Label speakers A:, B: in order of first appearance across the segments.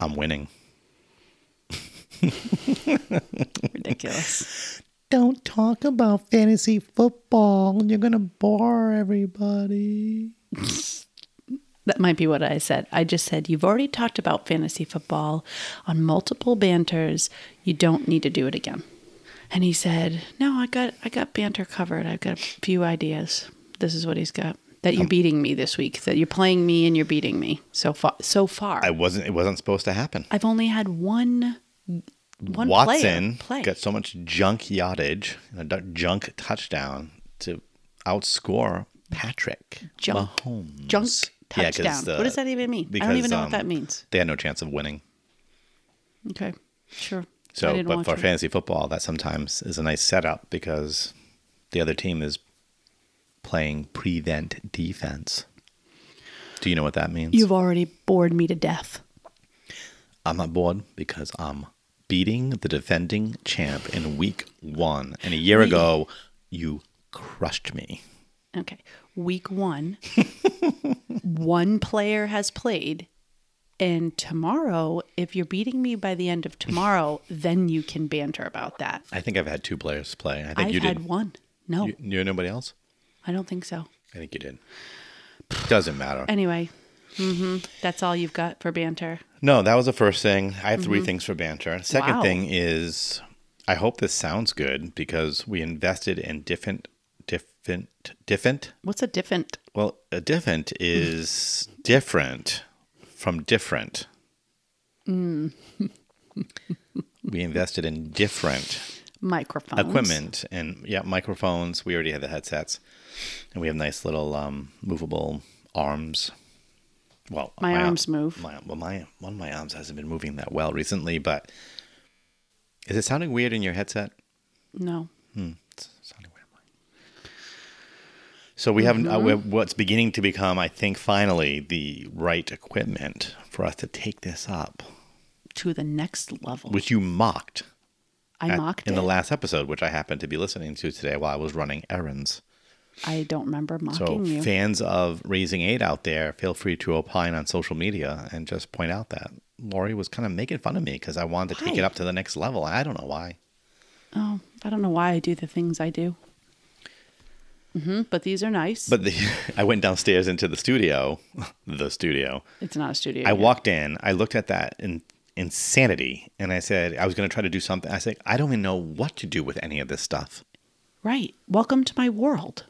A: I'm winning.
B: Ridiculous.
A: Don't talk about fantasy football. You're going to bore everybody.
B: That might be what I said. I just said, You've already talked about fantasy football on multiple banters. You don't need to do it again. And he said, No, I got I got banter covered. I've got a few ideas. This is what he's got. That
A: Oh.
B: you're beating me this week. That you're playing me and you're beating me so far. So far,
A: I wasn't it wasn't supposed to happen.
B: I've only had one one
A: Watson
B: player play.
A: got so much junk yardage and a du- junk touchdown to outscore Patrick
B: Junk.
A: Mahomes.
B: junk
A: Yeah, 'cause,
B: touchdown. what does that even mean? I
A: because,
B: don't even know
A: um,
B: what that means.
A: They had no chance of winning.
B: Okay, sure. I
A: So,
B: didn't
A: but
B: watch
A: for
B: it.
A: fantasy football, that sometimes is a nice setup because the other team is playing prevent defense. Do you know what that means?
B: you've already bored me to death.
A: I'm not bored because I'm beating the defending champ in week one. And a year ago, you crushed me.
B: Okay, week one, one player has played, and tomorrow, if you're beating me by the end of tomorrow, then you can banter about that.
A: I think I've had two players play. I think
B: I've
A: you
B: had
A: did.
B: one. No,
A: You, you know nobody else?
B: I don't think so.
A: I think you did. Doesn't matter.
B: Anyway, hmm that's all you've got for banter.
A: No, that was the first thing. I have 3 things for banter. Second
B: Wow.
A: thing is, I hope this sounds good because we invested in different, different, different.
B: What's a different?
A: Well, a different is different from different. we invested in different
B: Microphone
A: equipment and yeah, microphones. We already had the headsets, and we have nice little um, movable arms. Well,
B: My
A: ar-
B: arms move.
A: My, well, my one of my arms hasn't been moving that well recently, but is it sounding weird in your headset?
B: No,
A: It's sounding weird. in mine. So we have uh, we
B: Mm-hmm.
A: have what's beginning to become, I think, finally the right equipment for us to take this up,
B: to the next level.
A: which you mocked
B: I
A: at-
B: mocked
A: in
B: it.
A: the last episode, which I happened to be listening to today while I was running errands.
B: I don't remember
A: So
B: mocking you.
A: fans of Raising Eight out there, feel free to opine on social media and just point out that Lori was kind of making fun of me because I wanted to take it
B: Why?
A: up to the next level. I don't know why.
B: oh, I don't know why I do the things I do. hmm but these are nice.
A: But the, I went downstairs into the studio, the studio.
B: it's not a studio.
A: I
B: yet.
A: walked in, I looked at that in, insanity, and I said I was going to try to do something. I said I don't even know what to do with any of this stuff.
B: Right. Welcome to my world.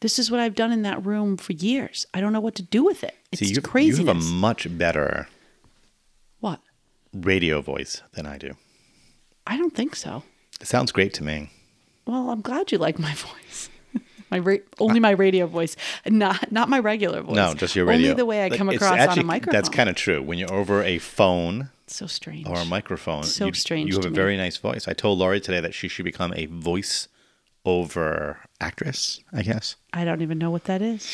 B: This is what I've done in that room for years. I don't know what to do with it. It's
A: See, you, you
B: crazy.
A: have a much better
B: what?
A: radio voice than I do.
B: I don't think so.
A: It sounds great to me.
B: Well, I'm glad you like my voice. my ra- only my radio voice, not not my regular voice.
A: No, just your radio.
B: Only the way I
A: Like,
B: come
A: it's
B: across
A: actually-
B: on a microphone.
A: That's kind of true. When you're over a phone
B: of so strange.
A: or a microphone,
B: So
A: you,
B: strange
A: You have
B: to
A: a
B: me.
A: very nice voice. I told Laurie today that she should become a voice over actress. I guess
B: I don't even know what that is.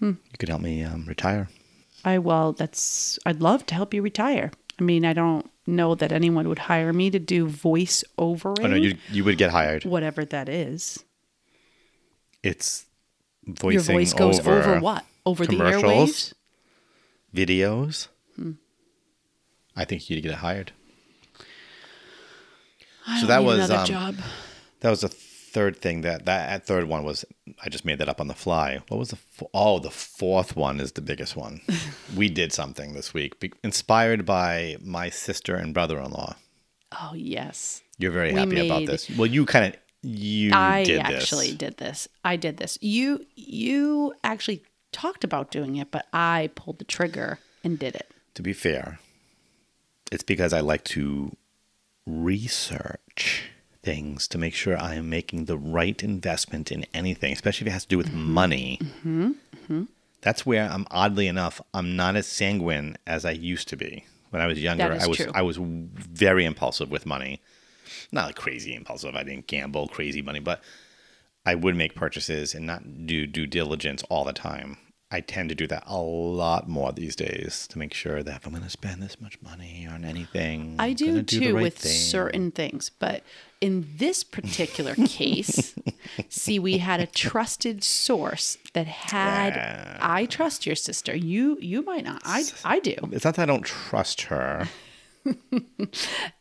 A: you could help me um, retire.
B: I well, that's I'd love to help you retire. I mean, I don't know that anyone would hire me to do voice overing,
A: Oh no, you you would get hired.
B: whatever that is.
A: It's voicing
B: Your voice goes over, what? Over the
A: commercials?
B: airwaves? Hmm.
A: videos. I think you'd get hired. So
B: I don't
A: that
B: need
A: was,
B: another
A: um,
B: job.
A: That was the third thing that that that third one was. I just made that up on the fly. What was the fo- oh the fourth one is the biggest one. we did something this week, be- inspired by my sister and brother-in-law.
B: Oh yes,
A: You're very
B: We
A: happy about
B: made-
A: this. Well, you kind of you
B: I
A: did
B: actually
A: this.
B: did this. I did this. You you actually talked about doing it, but I pulled the trigger and did it.
A: To be fair, it's because I like to research things to make sure I am making the right investment in anything, especially if it has to do with
B: Mm-hmm.
A: money. That's where I'm oddly enough, I'm not as sanguine as I used to be. When I was younger,
B: That is
A: I was
B: true.
A: I was very impulsive with money. Not like crazy impulsive. I didn't gamble crazy money, but I would make purchases and not do due diligence all the time. I tend to do that a lot more these days to make sure that if I'm going to spend this much money on anything,
B: I
A: I'm
B: do
A: gonna the
B: too
A: right
B: with
A: thing.
B: certain things, but in this particular case, see, we had a trusted source that had. I trust your sister. You you might not. I I do.
A: It's not that I don't trust her.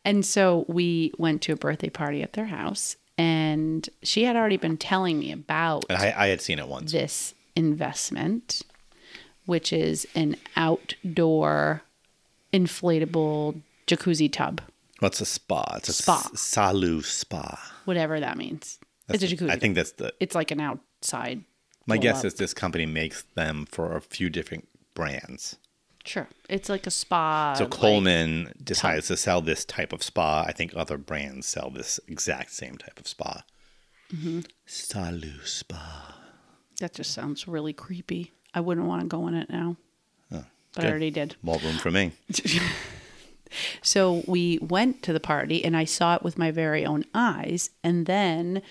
B: And so we went to a birthday party at their house, and she had already been telling me about
A: And I, I had seen it once.
B: this investment, which is an outdoor inflatable jacuzzi tub,
A: What's a spa? It's a
B: Spa.
A: s- Salu spa.
B: whatever that means.
A: That's
B: it's a
A: the-
B: jacuzzi.
A: I think that's the.
B: it's like an outside.
A: My
B: pull
A: guess
B: up.
A: is this company makes them for a few different brands.
B: sure. It's like a spa.
A: So
B: like-
A: Coleman decides to sell this type of spa. I think other brands sell this exact same type of spa.
B: Mm-hmm.
A: Salu spa.
B: that just sounds really creepy. I wouldn't want to go in it now, but I
A: good.
B: already did.
A: More room for me.
B: So we went to the party and I saw it with my very own eyes. And then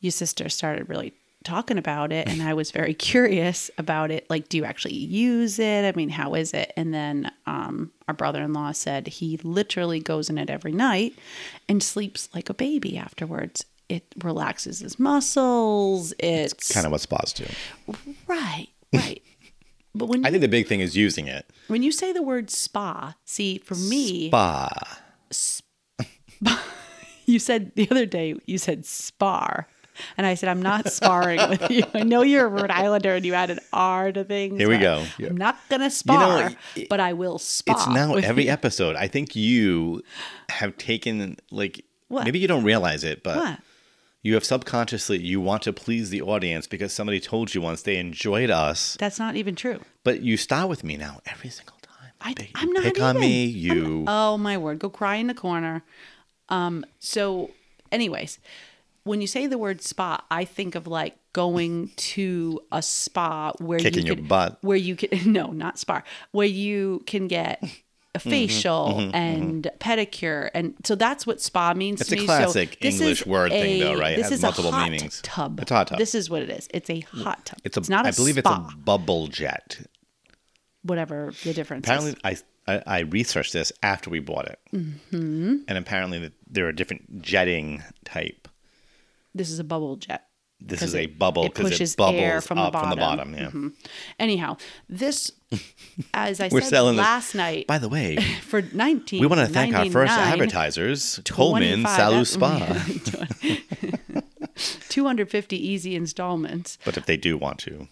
B: your sister started really talking about it. And I was very curious about it. Like, do you actually use it? I mean, how is it? And then um, our brother in law said he literally goes in it every night and sleeps like a baby afterwards. It relaxes his muscles. It's,
A: Kind of what spas do.
B: right, right. But when
A: I think the big thing is using it.
B: when you say the word spa, see for me,
A: Spa.
B: you said the other day you said spar and i said i'm not sparring with you i know you're a rhode islander and you add an r to things
A: Here we
B: but
A: go. Yeah.
B: i'm not gonna spar
A: it-
B: but i will spar
A: It's now
B: with
A: every
B: you.
A: episode. I think you have taken like
B: What?
A: maybe you don't realize it, but
B: What?
A: you have subconsciously you want to please the audience because somebody told you once they enjoyed us.
B: that's not even true
A: But you start with me now every single time.
B: I,
A: Pick-
B: i'm not
A: pick on
B: even-
A: me. You
B: I'm not- oh my word go cry in the corner um so anyways when you say the word spa i think of like going to a spa where
A: Kicking
B: you
A: your
B: could,
A: butt.
B: where you can no not spa where you can get a
A: Mm-hmm,
B: facial and pedicure and so that's what spa means
A: It's
B: to
A: a
B: me so
A: classic
B: this
A: English
B: is
A: word thing,
B: a-
A: though, right? It
B: this
A: has
B: is
A: multiple
B: a hot
A: meanings.
B: tub
A: It's a hot tub.
B: this is what it is it's a hot tub
A: it's a. I
B: not a
A: believe
B: spa
A: it's a bubble jet.
B: whatever the difference is.
A: Apparently, I, I I researched this after we bought it,
B: Mm-hmm.
A: and apparently that there are different jetting type.
B: this is a bubble jet
A: This
B: 'Cause
A: is a bubble
B: it
A: because
B: pushes
A: it,
B: air
A: bubbles
B: from the
A: up from the
B: bottom. Mm-hmm.
A: bottom. Yeah,
B: Hmm. Anyhow, this, as I
A: we're
B: said
A: selling this-
B: last night,
A: By the way,
B: for nineteen,
A: we want to thank our first
B: 99,
A: advertisers, Coleman
B: 25
A: Salu Spa.
B: two hundred fifty easy installments.
A: but if they do want to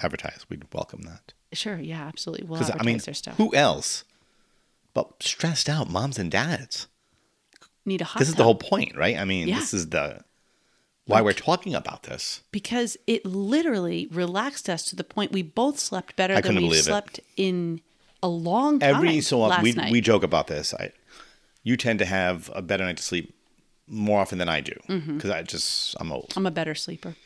A: advertise, we'd welcome that.
B: Sure, yeah, absolutely. We'll
A: 'Cause,
B: advertise
A: I mean,
B: their stuff.
A: who else? But stressed out moms and dads.
B: Need a hot
A: This is the
B: tub.
A: whole point, right? I mean,
B: Yeah.
A: this is the why we're talking about this.
B: because it literally relaxed us to the point we both slept better
A: I
B: than
A: couldn't
B: we
A: believe it.
B: slept in a long time.
A: Every so often,
B: last
A: we,
B: night.
A: we joke about this. I, you tend to have a better night to sleep more often than I do because
B: Mm-hmm.
A: I just I'm old,
B: I'm a better sleeper.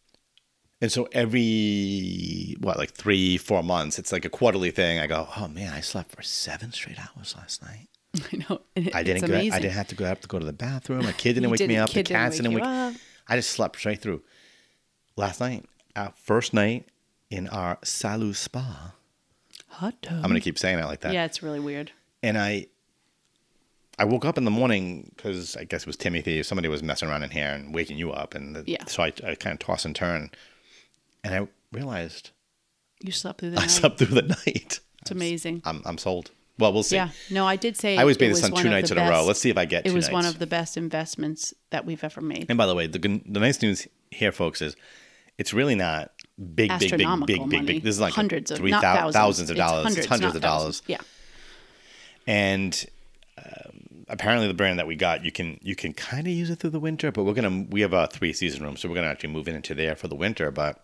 A: and so every what like three four months, it's like a quarterly thing. I go, oh man, I slept for seven straight hours last night.
B: I know. and it-
A: I didn't
B: It's
A: go. I
B: amazing.
A: didn't have to go up to go to the bathroom. My kid didn't
B: You
A: wake me
B: didn't-
A: up. The
B: kid didn't
A: cats
B: wake
A: didn't
B: you
A: wake.
B: up.
A: I just slept straight through. Last night, our first night in our Salu spa.
B: hot tub.
A: I'm gonna keep saying it like that.
B: yeah, it's really weird.
A: And I, I woke up in the morning because I guess it was Timothy. or Somebody was messing around in here and waking you up, and the,
B: Yeah.
A: so I, I kind of toss and turn, and I realized
B: You slept through the
A: I
B: night.
A: slept through the night.
B: It's amazing.
A: I'm I'm sold. Well, we'll see.
B: Yeah. No, I did say
A: I always
B: it
A: made this
B: was
A: on
B: one
A: two
B: of
A: nights
B: the
A: in a row.
B: best-
A: Let's see if I get.
B: It
A: two
B: was one
A: nights.
B: of the best investments that we've ever made.
A: And by the way, the good, the nice news here, folks, is it's really not big, big, big, big,
B: Astronomical
A: big,
B: money.
A: big. This is like
B: hundreds of
A: three
B: not
A: thou-
B: thousands.
A: thousands of
B: It's
A: dollars. It's hundreds
B: not
A: of
B: thousands.
A: dollars.
B: Yeah.
A: And um, apparently, the brand that we got, you can you can kind of use it through the winter, but we're gonna we have a three season room, so we're gonna actually move into there for the winter. But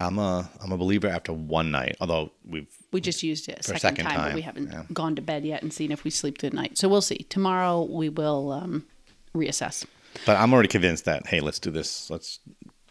A: I'm a I'm a believer after one night, although we've
B: We just used it a second,
A: second
B: time, but
A: time,
B: we haven't
A: yeah.
B: gone to bed yet and seen if we sleep through the night. So we'll see. Tomorrow we will um, reassess.
A: but I'm already convinced that hey, let's do this. Let's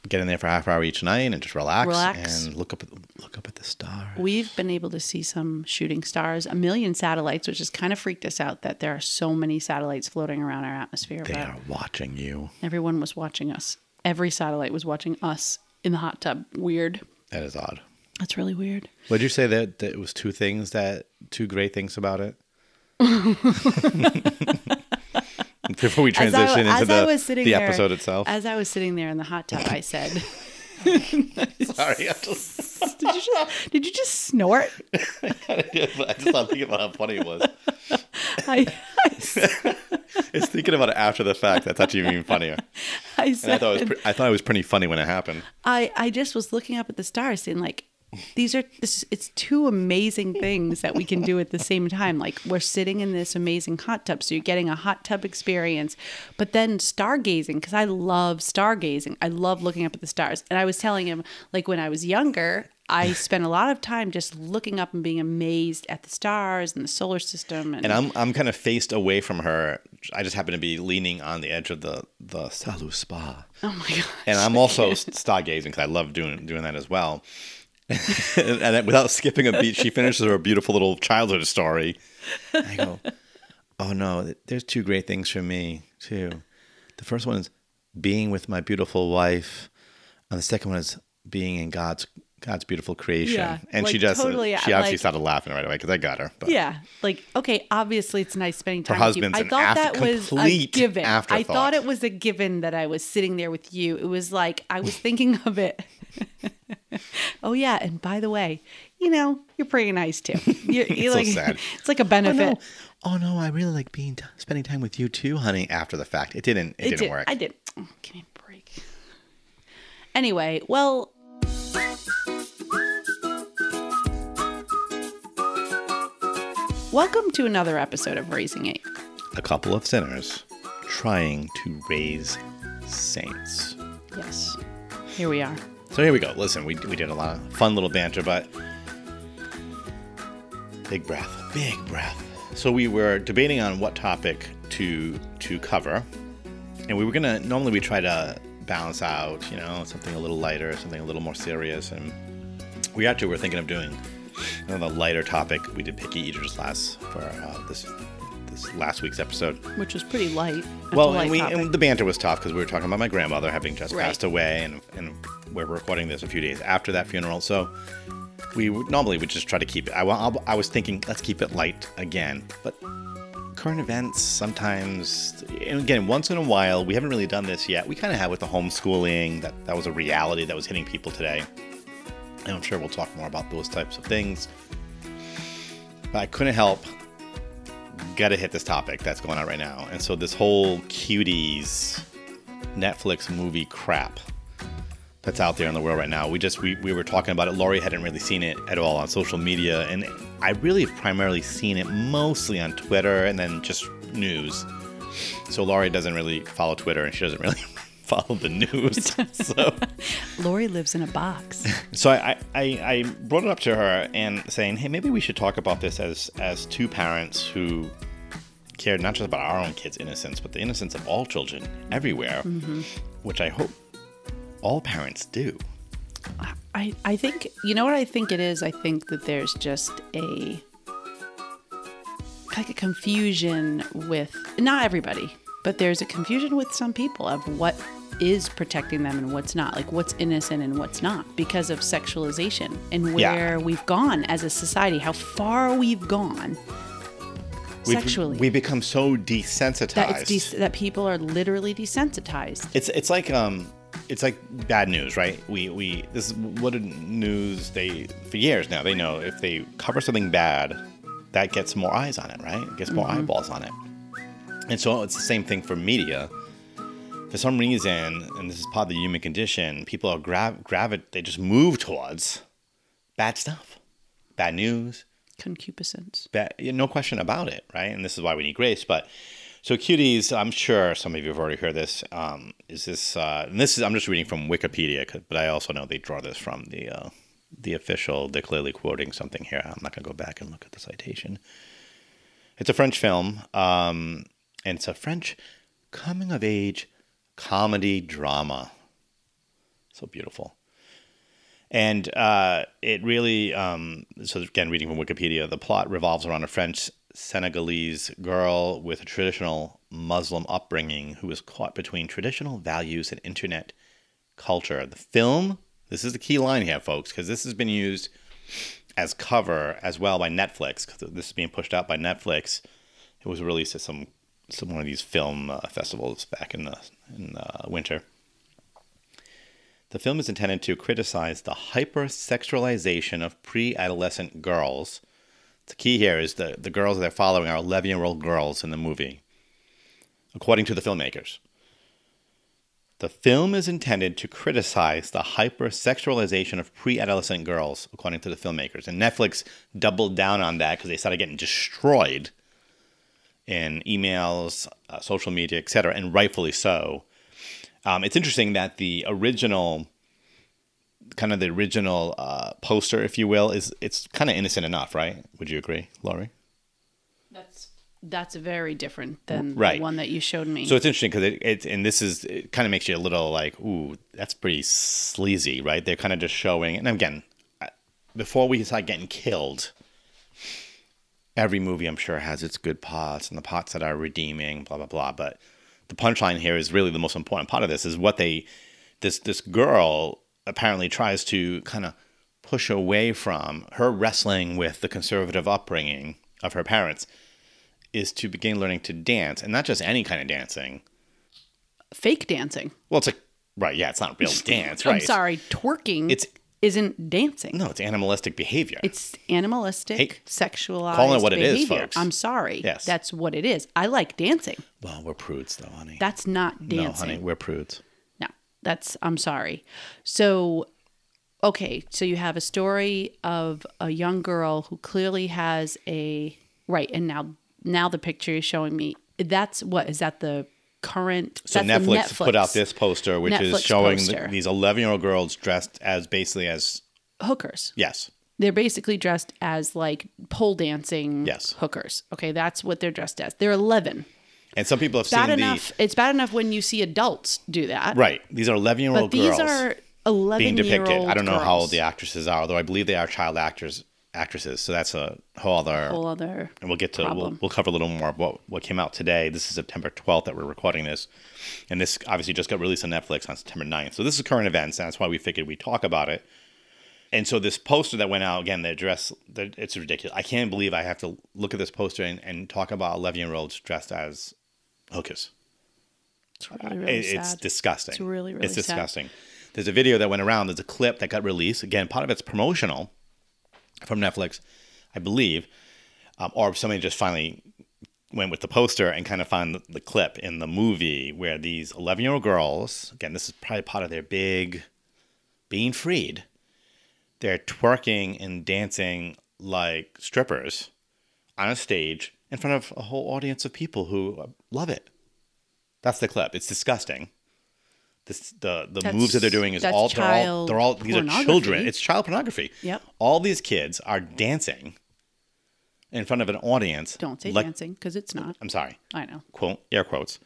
A: get in there for a half hour each night and just relax,
B: Relax.
A: and look up at look up at the stars.
B: We've been able to see some shooting stars, a million satellites, which has kind of freaked us out that there are so many satellites floating around our atmosphere.
A: They
B: but
A: are watching you.
B: everyone was watching us. Every satellite was watching us in the hot tub. Weird.
A: That is odd.
B: That's really weird.
A: Would you say that, that it was two things that two great things about it? Before we
B: As I-
A: transition
B: as
A: into
B: I
A: the,
B: was sitting
A: the
B: there-
A: episode itself.
B: As I was sitting there in the hot tub, I said,
A: Sorry, I just,
B: did you, just, did you just snort?
A: I just thought thinking about how funny it was.
B: I,
A: It's thinking about it after the fact. That's actually even funnier.
B: I
A: And I
B: said,
A: thought it was, pre- I thought it was pretty funny when it happened.
B: I, I just was looking up at the stars and like, these are this it's two amazing things that we can do at the same time. Like we're sitting in this amazing hot tub, so you're getting a hot tub experience, but then stargazing because I love stargazing. I love looking up at the stars. And I was telling him like when I was younger, I spent a lot of time just looking up and being amazed at the stars and the solar system
A: And I'm I'm kind of faced away from her. I just happen to be leaning on the edge of the the Salu Spa.
B: oh my god.
A: and I'm also stargazing because I love doing doing that as well. and then without skipping a beat, she finishes her beautiful little childhood story. And I go, oh no, there's two great things for me too. The first one is being with my beautiful wife, and the second one is being in God's God's beautiful creation.
B: Yeah,
A: and she
B: like,
A: just
B: totally,
A: she obviously
B: like-
A: started laughing right away because I got her. But
B: Yeah, like okay, obviously it's nice spending time
A: husband's
B: with you. I
A: an
B: thought
A: after-
B: that was a
A: complete
B: given. I
A: afterthought.
B: thought it was a given that I was sitting there with you. It was like I was thinking of it. oh yeah, and by the way, you know you're pretty nice too. You're, you're
A: So
B: like,
A: sad.
B: It's like a
A: Oh
B: benefit.
A: no! Oh no! I really like being t- spending time with you too, honey. After the fact, it didn't. It,
B: It
A: didn't
B: did-
A: work.
B: I did. Oh, give me a break. Anyway, well, welcome to another episode of Raising Eight.
A: a couple of sinners trying to raise saints.
B: Yes. Here we are.
A: So here we go. Listen, we, we did a lot of fun little banter, but big breath, big breath. So we were debating on what topic to to cover, and we were gonna. Normally, we try to balance out, you know, something a little lighter, something a little more serious, and we actually were thinking of doing another lighter topic. We did picky eaters last for uh, this this last week's episode.
B: Which was pretty light. That's a
A: Well,
B: light
A: and we
B: topic.
A: and the banter was tough because we were talking about my grandmother having just
B: Right.
A: passed away, and and we're recording this a few days after that funeral, so we would, normally would just try to keep it. I, wa- I was thinking let's keep it light again, but current events sometimes, and again, once in a while, we haven't really done this yet. We kind of have with the homeschooling that that was a reality that was hitting people today, and I'm sure we'll talk more about those types of things. But I couldn't help gotta hit this topic that's going on right now. And so this whole cuties Netflix movie crap that's out there in the world right now. We just we, we were talking about it. Lori hadn't really seen it at all on social media, and I really have primarily seen it mostly on Twitter and then just news. So Lori doesn't really follow Twitter and she doesn't really follow the news. so
B: Lori lives in a box.
A: so I, I, I brought it up to her and saying, hey, maybe we should talk about this as as two parents who care not just about our own kids' innocence, but the innocence of all children everywhere,
B: Mm-hmm.
A: which I hope all parents do.
B: I, I think, you know what I think it is? I think that there's just a, like a confusion with, not everybody, but there's a confusion with some people of what is protecting them and what's not, like what's innocent and what's not because of sexualization and
A: Yeah.
B: where we've gone as a society, how far we've gone
A: We've-
B: sexually.
A: we become so desensitized.
B: that it's de- that people are literally desensitized.
A: It's it's like um, it's like bad news, right? We we this is what did news they for years now they know if they cover something bad, that gets more eyes on it, right? It gets more eyeballs on it, and so it's the same thing for media. For some reason, and this is part of the human condition, people are grav gravi- they just move towards bad stuff, bad news,
B: Concupiscence.
A: that yeah, no question about it, right? And this is why we need grace. But so cuties, I'm sure some of you have already heard this. Um, is this? Uh, and this is I'm just reading from Wikipedia, 'cause- but I also know they draw this from the uh, the official. They're clearly quoting something here. I'm not going to go back and look at the citation. It's a French film, um, and it's a French coming of age comedy drama. So beautiful. And uh, it really, um, so again, reading from Wikipedia, the plot revolves around a French Senegalese girl with a traditional Muslim upbringing who is caught between traditional values and internet culture. The film, This is the key line here, folks, because this has been used as cover as well by Netflix. Because this is being pushed out by Netflix. It was released at some some one of these film uh, festivals back in the in the winter. The film is intended to criticize the hypersexualization of pre-adolescent girls. The key here is the the girls they're following are 11 year old girls in the movie, according to the filmmakers. The film is intended to criticize the hypersexualization of pre-adolescent girls, according to the filmmakers, and Netflix doubled down on that because they started getting destroyed in emails, uh, social media, etc., and rightfully so. Um, it's interesting that the original, kind of the original uh, poster, if you will, is it's kind of innocent enough, right? Would you agree, Laurie?
B: That's that's very different than
A: Right.
B: the one that you showed me.
A: So it's interesting because it, it and this is it kind of makes you a little like, ooh, that's pretty sleazy, right? They're kind of just showing, and again, I- before we start getting killed, every movie I'm sure has its good parts and the parts that are redeeming, blah blah blah. But the punchline here is really the most important part of this is what they this this girl apparently tries to kind of push away from her wrestling with the conservative upbringing of her parents is to begin learning to dance and not just any kind of dancing
B: Fake dancing.
A: well, it's like right, yeah, it's not real dance,
B: I'm
A: right?
B: sorry, twerking.
A: It's-
B: isn't dancing.
A: No, it's animalistic behavior.
B: It's animalistic,
A: Hey,
B: sexualized
A: calling it what it is,
B: behavior.
A: folks.
B: I'm sorry.
A: Yes.
B: That's what it is. I like dancing.
A: well, we're prudes, though, honey.
B: That's not dancing.
A: No, honey, we're prudes.
B: No, that's, I'm sorry. So, okay, so you have a story of a young girl who clearly has a, right, and now, now the picture is showing me, that's what, is that the current,
A: So
B: that's the
A: Netflix, put out this poster, which
B: Netflix
A: is showing the-
B: poster.
A: these eleven-year-old girls dressed as basically as
B: Hookers.
A: yes,
B: They're basically dressed as like pole dancing
A: Yes.
B: hookers. Okay, that's what they're dressed as. They're 11.
A: and some people have
B: Bad
A: seen
B: enough. It's bad enough when you see adults do that.
A: the right. These are eleven-year-old
B: But these
A: girls
B: are 11
A: being depicted.
B: year old
A: I don't know how old the
B: girls.
A: actresses are, although I believe they are child actors. Actresses, so that's a whole other
B: whole other
A: and we'll get to we'll,
B: problem.
A: we'll cover a little more of what what came out today this is september 12th that we're recording this and this obviously just got released on netflix on september 9th so this is current events and that's why we figured we talk about it and so this poster that went out again the dress the, it's ridiculous i can't believe i have to look at this poster and, and talk about 11 year olds dressed as hookers
B: It's really, really
A: it- it's
B: sad.
A: disgusting.
B: It's really, really
A: it's
B: sad.
A: disgusting. There's a video that went around. There's a clip that got released. Again, part of it's promotional from Netflix, I believe, um, or somebody just finally went with the poster and kind of found the, the clip in the movie where these 11 year old girls, again, this is probably part of their big being freed. They're twerking and dancing like strippers on a stage in front of a whole audience of people who love it. That's the clip. It's disgusting. This, the the
B: That's-
A: moves that they're doing is
B: that's
A: all they're all
B: child
A: they're all these are children.
B: pornography.
A: It's child pornography.
B: Yep.
A: All these kids are dancing in front of an audience.
B: Don't say
A: like-
B: dancing because it's not.
A: I'm sorry.
B: I know.
A: Quote air quotes.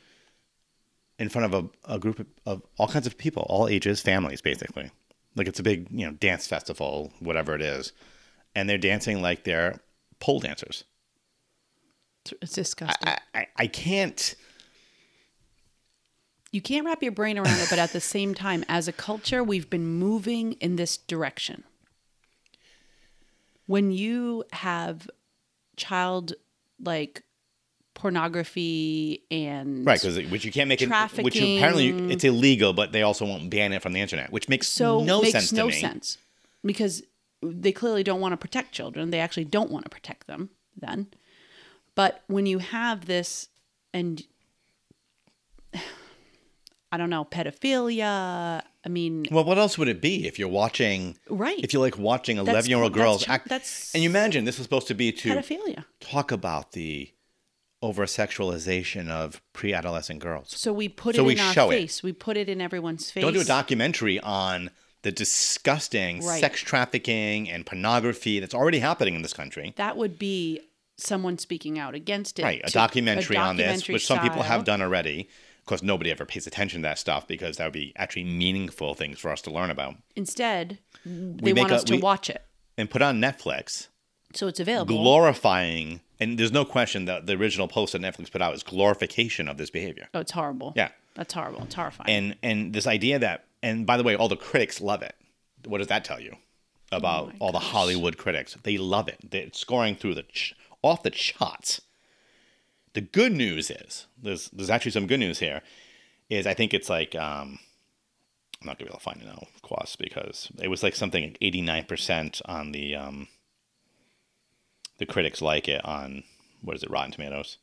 A: In front of a, a group of, of all kinds of people, all ages, families, basically. Like it's a big, you know, dance festival, whatever it is, and they're dancing like they're pole dancers.
B: It's, it's disgusting.
A: I, I, I can't.
B: you can't wrap your brain around it, but at the same time, as a culture, we've been moving in this direction. When you have child like pornography and
A: Right, because which you can't make it. Which
B: Trafficking.
A: apparently it's illegal, but they also won't ban it from the internet, which makes
B: so
A: no
B: makes
A: sense
B: no
A: to me.
B: sense because they clearly don't want to protect children they actually don't want to protect them then but when you have this and i don't know pedophilia i mean
A: Well, what else would it be if you're watching?
B: Right.
A: If you like watching eleven year old
B: that's
A: girls
B: chi-
A: act.
B: that's-
A: and you imagine this was supposed to be to
B: pedophilia
A: talk about the over sexualization of pre adolescent girls.
B: so we put
A: So
B: it
A: we
B: in our
A: show it.
B: face we put it in everyone's face
A: Don't do a documentary on the disgusting
B: Right.
A: sex trafficking and pornography that's already happening in this country.
B: that would be someone speaking out against it
A: right a
B: to-
A: documentary, on this
B: documentary
A: which some people
B: style.
A: have done already of course nobody ever pays attention to that stuff because that would be actually meaningful things for us to learn about
B: instead they
A: make
B: want
A: a-
B: us to
A: we-
B: watch it
A: and put on netflix
B: so it's available
A: glorifying and there's no question that the original post that netflix put out is glorification of this behavior
B: oh it's horrible
A: Yeah.
B: that's horrible it's horrifying
A: and and this idea that and by the way all the critics love it What does that tell you about all the Hollywood critics? They love it. They're scoring through the ch- off the charts. The good news is there's there's actually some good news here. Is I think it's like um, I'm not gonna be able to find it now, of course, because it was like something like 89% on the um, the critics like it on what is it, Rotten Tomatoes?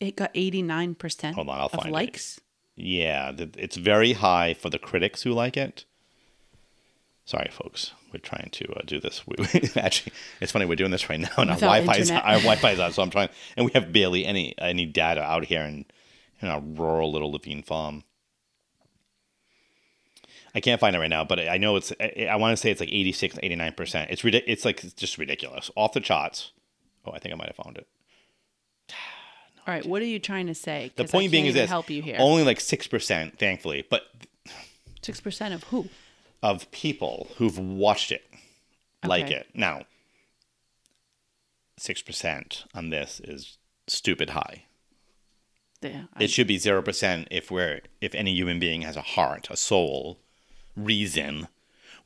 B: It got 89%
A: Hold on, I'll
B: of
A: find it.
B: likes.
A: Yeah, th- it's very high for the critics who like it. Sorry, folks. We're trying to uh, do this. We, actually, it's funny we're doing this right now, and our
B: Without
A: Wi-Fi's
B: internet.
A: our Wi-Fi's out. So I'm trying, and we have barely any any data out here in in our rural little Levine farm. I can't find it right now, but I I know it's. I, I want to say it's like 86, 89 percent. It's ridic- It's like it's just ridiculous, off the charts. Oh, I think I might have found it.
B: All right, what are you trying to say?
A: The point being is this:
B: help you here.
A: only like six percent, thankfully, but
B: Six percent of who?
A: of people who've watched it like
B: Okay.
A: it. Now, 6% on this is stupid high.
B: Yeah, I-
A: It should be 0% if we're if any human being has a heart, a soul, reason,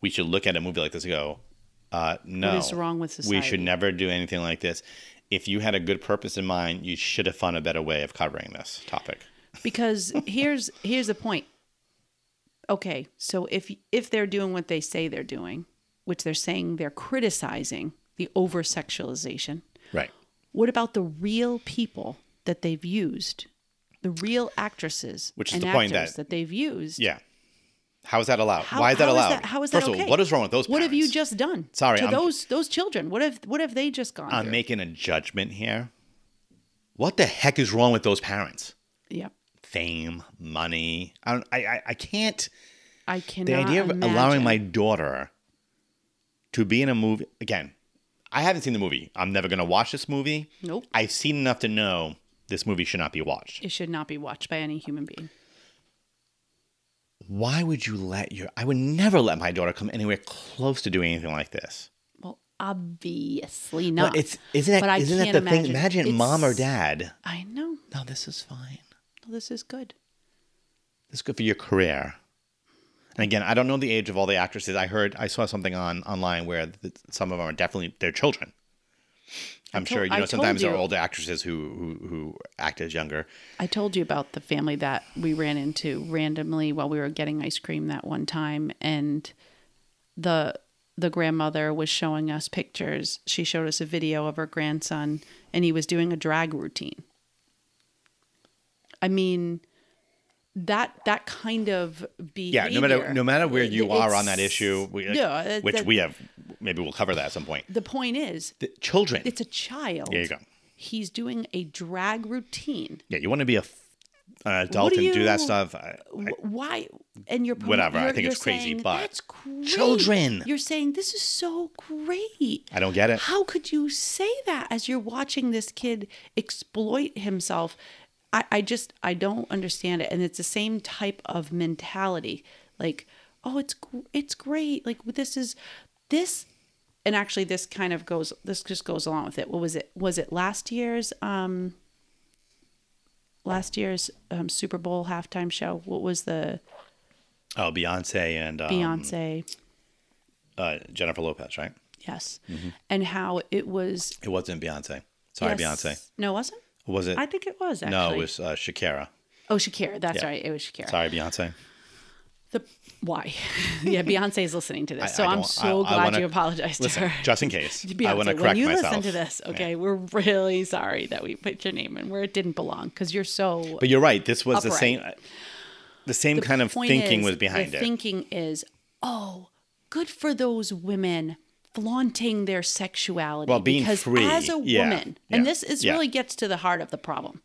A: we should look at a movie like this and go, uh, no.
B: is wrong with
A: We should
B: society?
A: never do anything like this. If you had a good purpose in mind, you should have found a better way of covering this topic.
B: because here's here's the point. Okay, so if if they're doing what they say they're doing, which they're saying they're criticizing the over sexualization,
A: Right.
B: what about the real people that they've used, the real actresses
A: Which is
B: and
A: the point
B: actors
A: that-
B: they've used?
A: Yeah. How is that allowed?
B: How-
A: Why is that
B: how
A: allowed?
B: how is that
A: First
B: okay?
A: of all, what is wrong with those
B: What have you
A: parents?
B: just done?
A: Sorry,
B: to
A: I'm-
B: those those children. What have what have they just gone
A: I'm
B: through?
A: making a judgment here. What the heck is wrong with those parents?
B: yep.
A: Fame, money. I don't. I. I, I can't.
B: I cannot.
A: The idea of
B: imagine.
A: allowing my daughter to be in a movie again. I haven't seen the movie. I'm never gonna watch this movie.
B: Nope.
A: I've seen enough to know this movie should not be watched.
B: it should not be watched by any human being.
A: Why would you let your? I would never let my daughter come anywhere close to doing anything like this.
B: Well, obviously not.
A: But it's isn't that
B: But I
A: isn't that
B: can't
A: the
B: imagine.
A: thing? Imagine
B: It's-
A: mom or dad.
B: I know.
A: No, this is fine.
B: Well, this is good.
A: It's good for your career. And again, I don't know the age of all the actresses. I heard I saw something on online where th- some of them are definitely their children. I'm
B: tol-
A: sure you
B: I
A: know
B: told
A: sometimes there
B: you-
A: are older actresses who who, who act as younger.
B: I told you about the family that we ran into randomly while we were getting ice cream that one time, and the the grandmother was showing us pictures. She showed us a video of her grandson, and he was doing a drag routine. I mean, that that kind of behavior.
A: Yeah, no matter no matter where you
B: it-
A: are on that
B: it's-
A: issue, we,
B: yeah, it-
A: which
B: that-
A: we have maybe we'll cover that at some point.
B: The point is,
A: The children.
B: it's a child.
A: There you go.
B: He's doing a drag routine.
A: yeah, you want to be a f- an adult
B: do
A: and do that
B: you-
A: stuff. I,
B: Wh- Why? And you're promo-
A: Whatever, I
B: you're-
A: think it's
B: you're
A: crazy,
B: saying,
A: but
B: that's great.
A: children.
B: You're saying this is so great.
A: I don't get it.
B: How could you say that as you're watching this kid exploit himself? I, I just I don't understand it, and it's the same type of mentality. Like, oh, it's gr- it's great. Like this is this, and actually this kind of goes. This just goes along with it. What was it? Was it last year's? um Last year's um, Super Bowl halftime show. What was the
A: Oh, Beyonce and um,
B: Beyonce?
A: Uh, Jennifer Lopez, right?
B: yes,
A: mm-hmm.
B: and how it was.
A: It wasn't Beyonce. Sorry,
B: yes.
A: Beyonce.
B: No, it wasn't.
A: Was it?
B: I think it was actually.
A: no, it was uh, Shakira.
B: Oh, Shakira. That's
A: Yeah.
B: right. It was Shakira.
A: Sorry, Beyonce.
B: The why? yeah, Beyonce is listening to this, so
A: I
B: I'm
A: don't-
B: so
A: I- I
B: glad
A: wanna-
B: you apologized to
A: Listen,
B: her.
A: just in case, I
B: Beyonce,
A: want to correct
B: when you
A: myself.
B: listen to this, okay, we're really sorry that we put your name in where it didn't belong because you're so.
A: But you're right. This was the
B: Upright.
A: same. The same kind of
B: Point
A: thinking
B: is,
A: was behind
B: the
A: it.
B: Thinking is, oh, good for those women flaunting their sexuality.
A: Well, being
B: because
A: free,
B: as a
A: yeah,
B: woman, and
A: yeah,
B: this is
A: yeah.
B: really gets to the heart of the problem.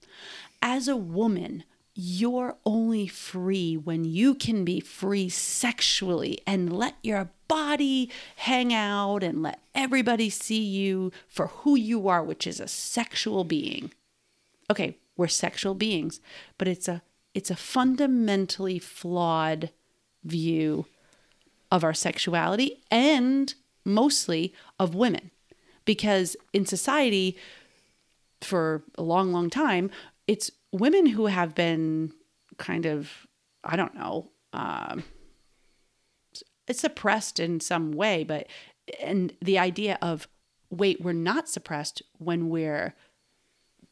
B: As a woman, you're only free when you can be free sexually and let your body hang out and let everybody see you for who you are, which is a sexual being okay we're sexual beings but it's a it's a fundamentally flawed view of our sexuality and mostly of women because in society for a long long time it's women who have been kind of i don't know um, suppressed in some way, but and the idea of wait, we're not suppressed when we're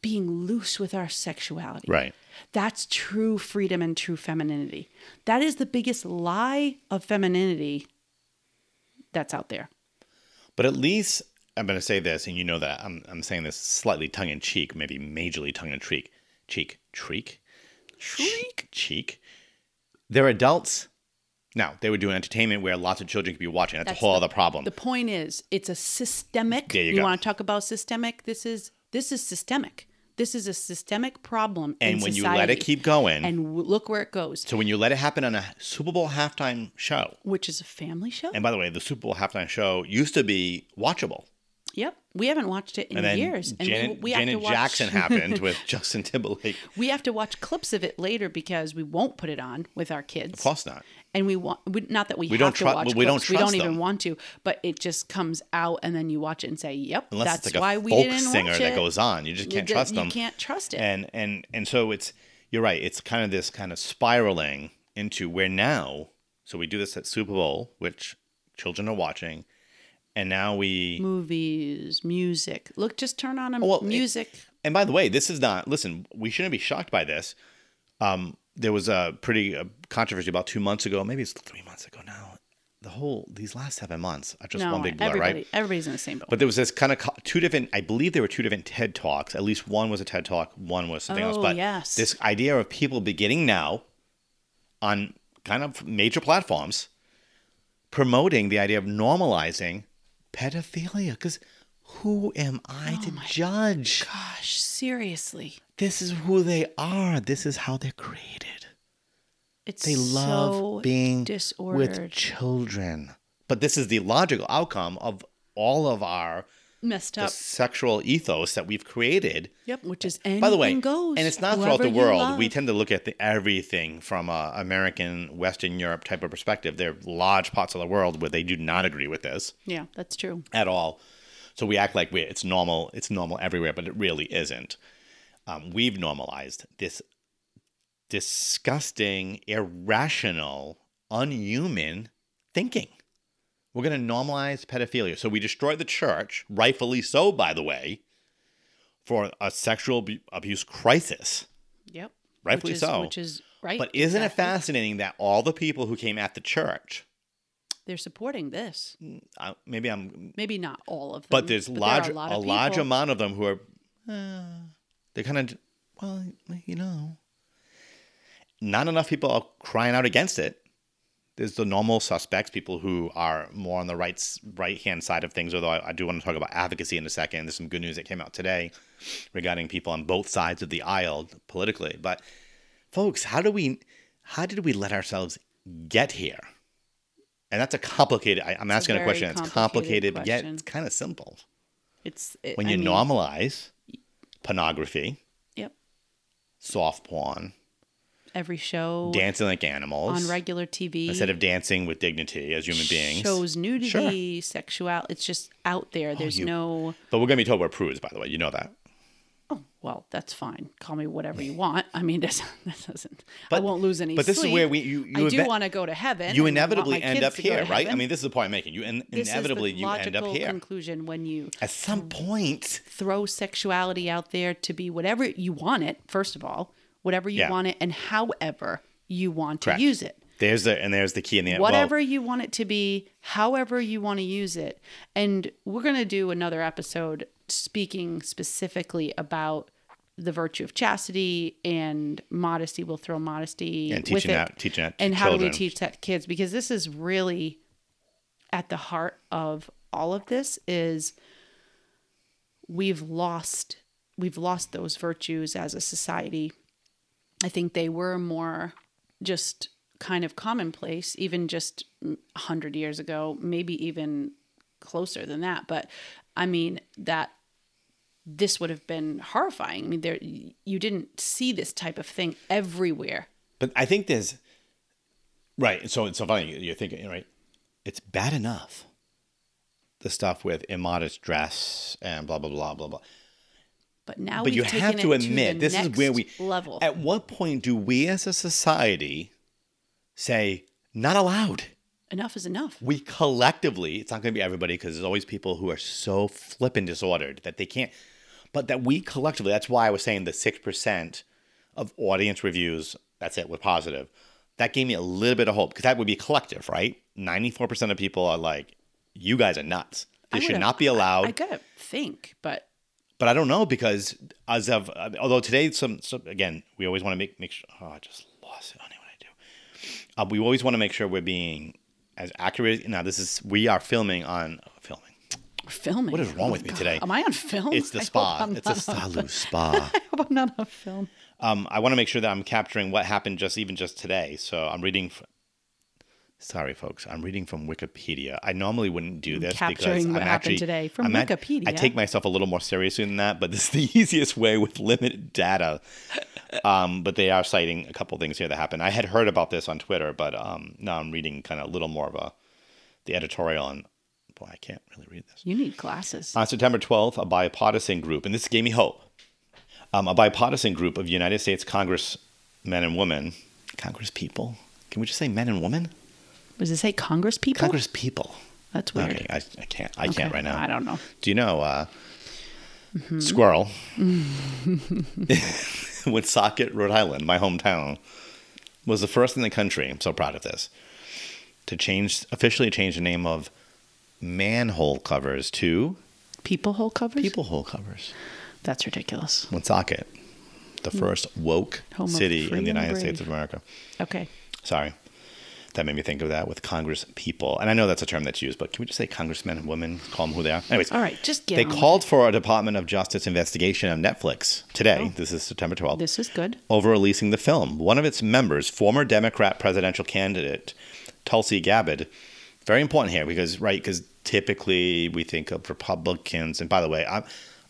B: being loose with our sexuality.
A: Right.
B: That's true freedom and true femininity. That is the biggest lie of femininity that's out there.
A: But at least I'm going to say this, and you know that I'm, I'm saying this slightly tongue in cheek, maybe majorly tongue in cheek, cheek, cheek, cheek, cheek. They're adults. Now they were doing entertainment where lots of children could be watching. That's,
B: That's
A: a whole
B: the-
A: other problem.
B: The point is, it's a systemic.
A: There you
B: you
A: go.
B: want to talk about systemic? This is this is systemic. This is a systemic problem.
A: and
B: in
A: when
B: society.
A: you let it keep going,
B: and w- look where it goes,
A: so when you let it happen on a Super Bowl halftime show,
B: which is a family show.
A: and by the way, the Super Bowl halftime show used to be watchable.
B: yep, we haven't watched it in
A: And then
B: years, and
A: Janet,
B: we, we have to
A: Janet
B: watch.
A: Jackson happened with Justin Timberlake.
B: We have to watch clips of it later because we won't put it on with our kids.
A: Of course not.
B: and we want we, not that we,
A: We
B: have
A: don't
B: to
A: tru-
B: watch
A: we don't
B: clips. we don't
A: trust
B: even
A: them.
B: want to but it just comes out and then you watch it and say yep
A: Unless
B: that's
A: it's like
B: why
A: a
B: we
A: folk
B: didn't
A: singer
B: watch
A: that
B: it.
A: goes on. You just
B: You
A: can't
B: ju-
A: trust them.
B: you can't trust it
A: and and and so it's you're right it's kind of this kind of spiraling into where now so we do this at super bowl which children are watching and now we
B: movies music look just turn on a
A: well, it-
B: music
A: and by the way this is not listen we shouldn't be shocked by this um there was a pretty uh controversy about two months ago maybe it's three months ago now the whole these last seven months are just
B: no
A: one big blur
B: everybody
A: right
B: everybody's in the same boat
A: but there was this kind of co- two different. I believe there were two different TED talks. At least one was a TED talk, one was something else.
B: Oh,
A: But
B: yes.
A: this idea of people beginning now on kind of major platforms promoting the idea of normalizing pedophilia. Because who am I
B: Oh
A: to judge?
B: gosh seriously
A: This is who they are. This is how they're created.
B: it's
A: They love
B: so
A: being with
B: disordered.
A: children. But this is the logical outcome of all of our
B: messed up
A: sexual ethos that we've created.
B: yep which is anything
A: By the way,
B: goes
A: and it's not throughout the
B: Whoever you
A: world.
B: love.
A: We tend to look at the, everything from a American, Western Europe type of perspective. There are large parts of the world where they do not agree with this
B: yeah that's true
A: at all. So we act like we it's normal. It's normal everywhere, but it really isn't. Um, we've normalized this disgusting, irrational, unhuman thinking. We're going to normalize pedophilia. So we destroyed the church, rightfully so, by the way, for a sexual abu- abuse crisis.
B: yep
A: Rightfully
B: which is,
A: so.
B: which is right
A: But isn't it
B: exactly.
A: fascinating that all the people who came at the church,
B: they're supporting this
A: I, maybe I'm
B: maybe not all of them,
A: but there's
B: Mm, there are
A: large,
B: a lot
A: a,
B: of
A: large
B: people.
A: amount of them who are, uh, they kind of, well, you know, not enough people are crying out against it. There's the normal suspects, people who are more on the right right hand side of things. Although I, I do want to talk about advocacy in a second. There's some good news that came out today regarding people on both sides of the aisle politically. But folks, how do we, how did we let ourselves get here? And that's a complicated. I, I'm asking a,
B: very
A: question. It's complicated,
B: complicated
A: yet
B: question.
A: it's kind of simple
B: It's it,
A: when
B: I
A: you
B: mean,
A: normalize pornography,
B: Yep.
A: soft porn,
B: Every show
A: dancing like animals,
B: on regular TV
A: instead of dancing with dignity as human beings. Oh,
B: shows nudity, sexual. It's just out there. There's
A: you-
B: no.
A: But we're gonna be told we're prudes, by the way. You know that.
B: Well, that's fine. Call me whatever you want. I mean, that's, that doesn't. I
A: But-
B: won't lose any.
A: but this
B: sleep.
A: is where we- you- you
B: I do
A: eve-
B: want to go to heaven.
A: You
B: and I want my
A: inevitably end
B: kids
A: up
B: to go
A: here,
B: to
A: right? I
B: heaven.
A: mean, this is the point I'm making. You in,
B: This is the
A: inevitably you end up
B: logical Hmm.
A: here.
B: Conclusion when you
A: At some point,
B: throw sexuality out there to be whatever you want it. First of all, whatever you
A: Yeah.
B: want it, and however you want to
A: Correct.
B: use it.
A: there's the and there's the key in the end.
B: whatever you want it to be, however you want to use it. And we're going to do another episode speaking specifically about the virtue of chastity and modesty. We'll throw modesty
A: And
B: with
A: teaching
B: it.
A: that- teaching that to
B: and how do we
A: children.
B: teach that to kids? Because this is really at the heart of all of this is we've lost we've lost those virtues as a society. I think they were more just kind of commonplace, even just mm, 100 years ago, maybe even closer than that. But I mean, that this would have been horrifying. I mean, there you didn't see this type of thing everywhere.
A: But I think there's right. So it's so funny. You're thinking right. It's bad enough the stuff with immodest dress and blah blah blah blah blah.
B: But now,
A: But
B: we've
A: you
B: taken
A: have
B: it
A: to
B: the
A: admit this is where we
B: next level.
A: At what point do we as a society say not allowed?
B: enough is enough.
A: we collectively, it's not going to be everybody because there's always people who are so flippin' disordered that they can't, but that we collectively, that's why I was saying the 6% of audience reviews, that's it, were positive. That gave me a little bit of hope because that would be collective, right? 94% of people are like, you guys are nuts.
B: I
A: This should
B: would've-
A: not be allowed
B: I gotta think, but
A: but I don't know because as of although today some, some again we always want to make make sure oh I just lost it I don't know what I do. Uh, we always want to make sure we're being as accurate. Now this is we are filming on filming.
B: we're filming. Oh,
A: What is wrong with me today?
B: Am I on film?
A: It's the
B: I hope
A: spa.
B: I'm
A: It's a
B: not on-
A: Salu spa.
B: I hope I'm not on film.
A: um, I want to make sure that I'm capturing what happened just even just today. So I'm reading. F- Sorry, folks. I'm reading from Wikipedia. I normally wouldn't do this because
B: capturing what
A: I'm
B: happened
A: actually
B: today from
A: I'm act- I
B: Wikipedia.
A: take myself a little more seriously than that, but this is the easiest way with limited data. Um, but they are citing a couple things here that happened. I had heard about this on Twitter, but um, now I'm reading kind of a little more of a the editorial. And boy, I can't really read this.
B: You need glasses.
A: On Uh, September 12th, a bipartisan group, and this gave me hope, um, a bipartisan group of United States Congressmen and women, Congress people. Can we just say men and women?
B: Does it say Congress people?
A: Congress people.
B: That's weird.
A: Okay, I, I can't. I can't
B: Okay, Mm-hmm.
A: right now.
B: I don't know.
A: Do you know uh, Squirrel? Woonsocket, Rhode Island, my hometown, was the first in the country. I'm so proud of this to change officially change the name of manhole covers to
B: People hole covers?
A: people hole covers.
B: That's ridiculous.
A: Woonsocket, the first woke
B: Mm. Home of
A: city
B: free
A: in the
B: and
A: United
B: brave.
A: States of America.
B: Okay.
A: Sorry. That made me think of that with Congress people. And I know that's a term that's used, but can we just say congressmen and women, call them who they are? Anyways,
B: All right, just get
A: they
B: on with
A: called for a Department of Justice investigation on Netflix
B: Oh.
A: today. This is September 12th
B: This is good.
A: over releasing the film. One of its members, former Democrat presidential candidate Tulsi Gabbard, very important here because right because typically we think of Republicans. And by the way, I'm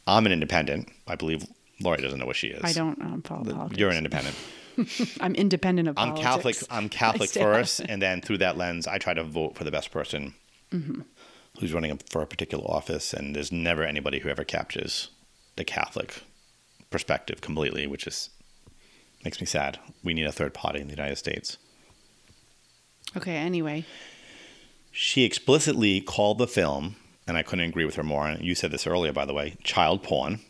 A: I'm an independent. I believe Lori doesn't know what she is.
B: I don't um, follow politics.
A: You're an independent.
B: I'm independent of
A: I'm Catholic.
B: politics.
A: I'm Catholic
B: stay out.
A: first, and then through that lens, I try to vote for the best person
B: Mm-hmm.
A: who's running for a particular office. And there's never anybody who ever captures the Catholic perspective completely, which is makes me sad. We need a third party in the United States.
B: Okay, anyway.
A: She explicitly called the film, and I couldn't agree with her more. And you said this earlier, by the way, child porn,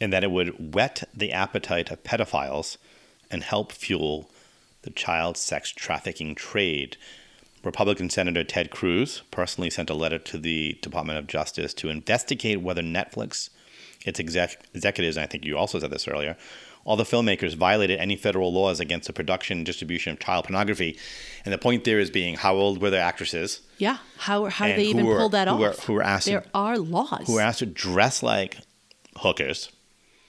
A: and that it would whet the appetite of pedophiles and help fuel the child sex trafficking trade. Republican Senator Ted Cruz personally sent a letter to the Department of Justice to investigate whether Netflix, its exec- executives, and I think you also said this earlier, all the filmmakers violated any federal laws against the production and distribution of child pornography. And the point there is being how old were the actresses?
B: Yeah. How how do
A: And
B: they
A: who
B: even
A: were-
B: pull that
A: who were-
B: off?
A: who were asked-
B: there are laws
A: who are asked to dress like hookers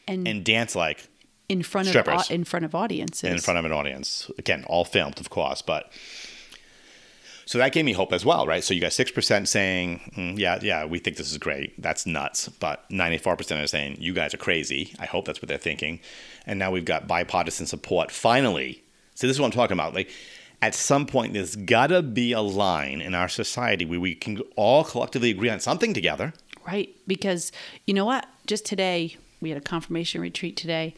B: and,
A: and dance like
B: in front of
A: strippers.
B: au- in front of audiences.
A: in front of an audience. Again, all filmed, of course, but so that gave me hope as well, right? So you got six percent saying, "Mm, "Yeah, yeah, we think this is great. That's nuts," but ninety-four percent are saying, "You guys are crazy." I hope that's what they're thinking. And now we've got bipartisan support finally. So this is what I'm talking about. Like, at some point, there's gotta be a line in our society where we can all collectively agree on something together.
B: Right. Because you know what? Just today, we had a confirmation retreat today,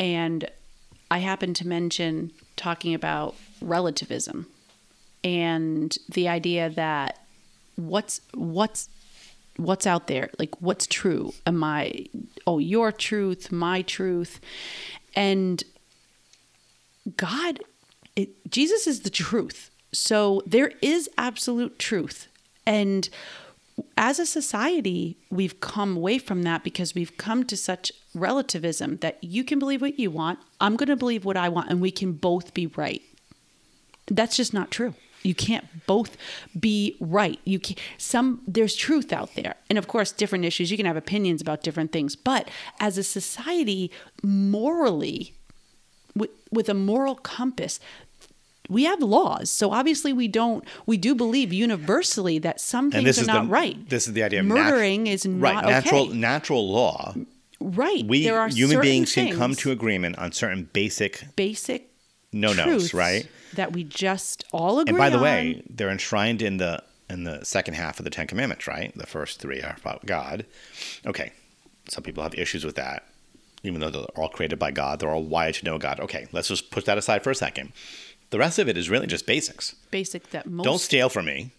B: and I happened to mention talking about relativism and the idea that what's what's what's out there like what's true am i oh your truth my truth and God, it, Jesus is the truth. So there is absolute truth. And as a society, we've come away from that because we've come to such relativism that you can believe what you want, I'm going to believe what I want, and we can both be right. That's just not true. You can't both be right. You can some there's truth out there. And of course, different issues, you can have opinions about different things, but as a society, morally, with with a moral compass we have laws so obviously we don't we do believe universally that some things
A: and this
B: are
A: is
B: not
A: the,
B: right
A: This is the idea of nat-
B: murdering is not
A: right. Natural
B: okay.
A: natural law.
B: right
A: We
B: there are
A: human
B: certain
A: beings can come
B: things,
A: to agreement on certain basic.
B: basic
A: no-nos,
B: truths
A: right?
B: that we just all agree
A: And by the
B: on.
A: way, they're enshrined in the in the second half of the Ten Commandments, right? The first three are about God. Okay, some people have issues with that, even though they're all created by God. They're all wired to know God. Okay, let's just put that aside for a second. The rest of it is really just basics.
B: Basic that most.
A: Don't steal from me.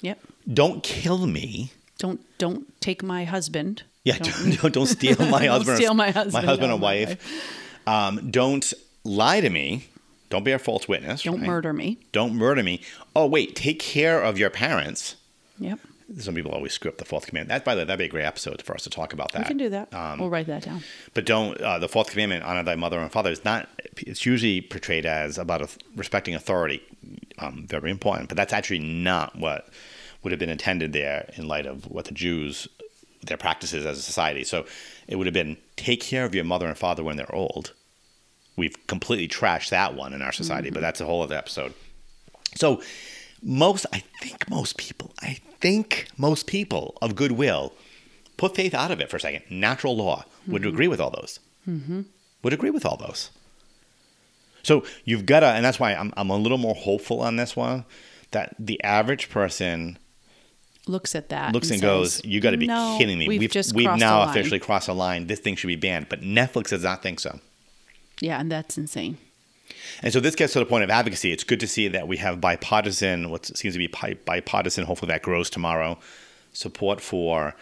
B: Yep.
A: Don't kill me.
B: Don't don't take my husband.
A: Yeah, don't, don't, don't steal my
B: Don't
A: husband. or-
B: steal my husband
A: My husband
B: or
A: and
B: my
A: wife. Um, don't lie to me. Don't be a false witness.
B: Don't
A: right?
B: murder me.
A: Don't murder me. Oh wait, take care of your parents.
B: Yep.
A: Some people always screw up the fourth commandment. That by the way, that'd be a great episode for us to talk about that. Um,
B: We can do that. we'll write that down.
A: But don't uh, the fourth commandment, honor thy mother and father, is not. It's usually portrayed as about a, respecting authority, um, very important. But that's actually not what would have been intended there in light of what the Jews their practices as a society. So it would have been take care of your mother and father when they're old. We've completely trashed that one in our society, but that's a whole other episode. So most, I think most people, I think most people of goodwill put faith out of it for a second. Natural law
B: Mm-hmm.
A: would agree with all those. Would agree with all those. So you've got to, and that's why I'm, I'm a little more hopeful on this one. That the average person
B: Looks at that.
A: looks and, goes,
B: Uh, says,
A: "You got to be
B: "No,
A: kidding me!
B: We've, just
A: we've
B: crossed
A: now
B: the line."
A: officially crossed a line. This thing should be banned." But Netflix does not think so.
B: Yeah, and that's insane.
A: And so this gets to the point of advocacy. It's good to see that we have bipartisan, what seems to be bi- bipartisan, hopefully that grows tomorrow, support for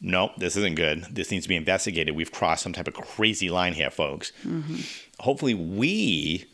A: nope, this isn't good. This needs to be investigated. We've crossed some type of crazy line here, folks.
B: Mm-hmm.
A: Hopefully, we.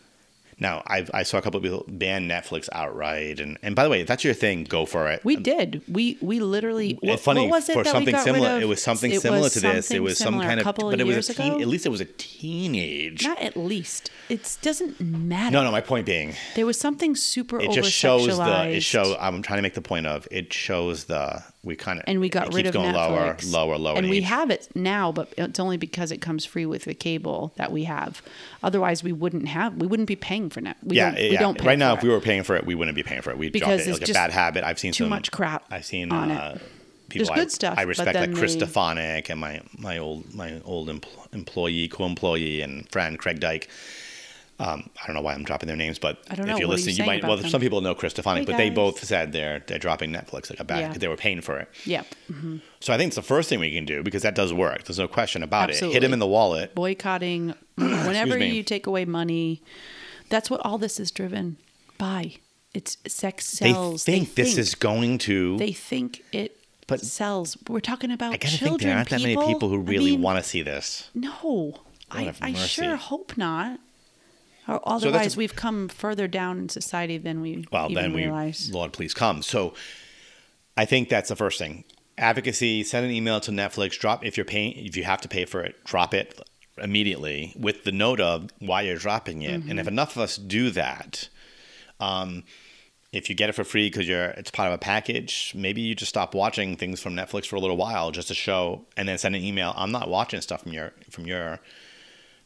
A: Now, i I saw a couple of people ban Netflix outright. And, and by the way, if that's your thing, go for it.
B: We did. We we literally.
A: Um, Well,
B: what,
A: funny
B: what was it
A: for
B: that we
A: something
B: got rid
A: similar.
B: of?
A: It was something similar
B: was
A: to this. It
B: something
A: was some
B: similar a
A: kind of,
B: couple
A: but it was a
B: years
A: teen.
B: ago?
A: At least it was a teenage.
B: Not at least. It doesn't matter.
A: no, no. My point being,
B: There was something super
A: it
B: over
A: just shows the
B: sexualized.
A: it show i'm trying to make the point of it shows the we kind of
B: and we got
A: it
B: rid
A: keeps
B: of
A: going
B: Netflix.
A: lower lower lower
B: And
A: in
B: we
A: age.
B: have it now, but it's only because it comes free with the cable that we have. Otherwise, we wouldn't have. We wouldn't be paying for net. We
A: yeah,
B: don't,
A: yeah.
B: We don't pay
A: right now,
B: for
A: if
B: it.
A: we were paying for it, we wouldn't be paying for it. We'd drop
B: Because
A: it
B: it's
A: like a
B: just
A: bad habit. I've seen
B: too
A: some-
B: much crap
A: I've seen
B: on it.
A: uh, people
B: There's good
A: I,
B: stuff,
A: I
B: but
A: respect, like
B: then
A: Chris
B: they-
A: Stefanik and my my old my old empl- employee, co-employee, and friend Craig Dyke. Um, I don't know why I'm dropping their names, but
B: I don't
A: if you're
B: know. What are you
A: listening, you,
B: saying
A: might.
B: about
A: Well,
B: them?
A: some people know Chris Stefanik,
B: Hey,
A: but they
B: guys.
A: both said they're they're dropping Netflix like a bad
B: Yeah.
A: because they were paying for it.
B: Yeah,
A: So I think it's the first thing we can do because that does work. There's no question about it. Hit
B: Absolutely.
A: him in the wallet.
B: boycotting. mm, whenever
A: me.
B: you take away money, that's what all this is driven by. It's sex
A: They
B: sells.
A: think this is going to.
B: They think it.
A: But-
B: sells. We're talking about
A: I gotta
B: children.
A: think there aren't that many people who
B: I
A: really
B: mean,
A: want to see this.
B: No, I,
A: have
B: I
A: mercy.
B: sure hope not. Or otherwise,
A: a-
B: we've come further down in society than we
A: Well,
B: even
A: then we,
B: realize.
A: Lord, please come. So, I think that's the first thing. Advocacy. Send an email to Netflix. Drop if you're paying. If you have to pay for it, drop it immediately with the note of why you're dropping it. And
B: Mm-hmm.
A: if enough of us do that, if you get it for free because you're it's part of a package, maybe you just stop watching things from Netflix for a little while just to show, and then send an email. I'm not watching stuff from your from your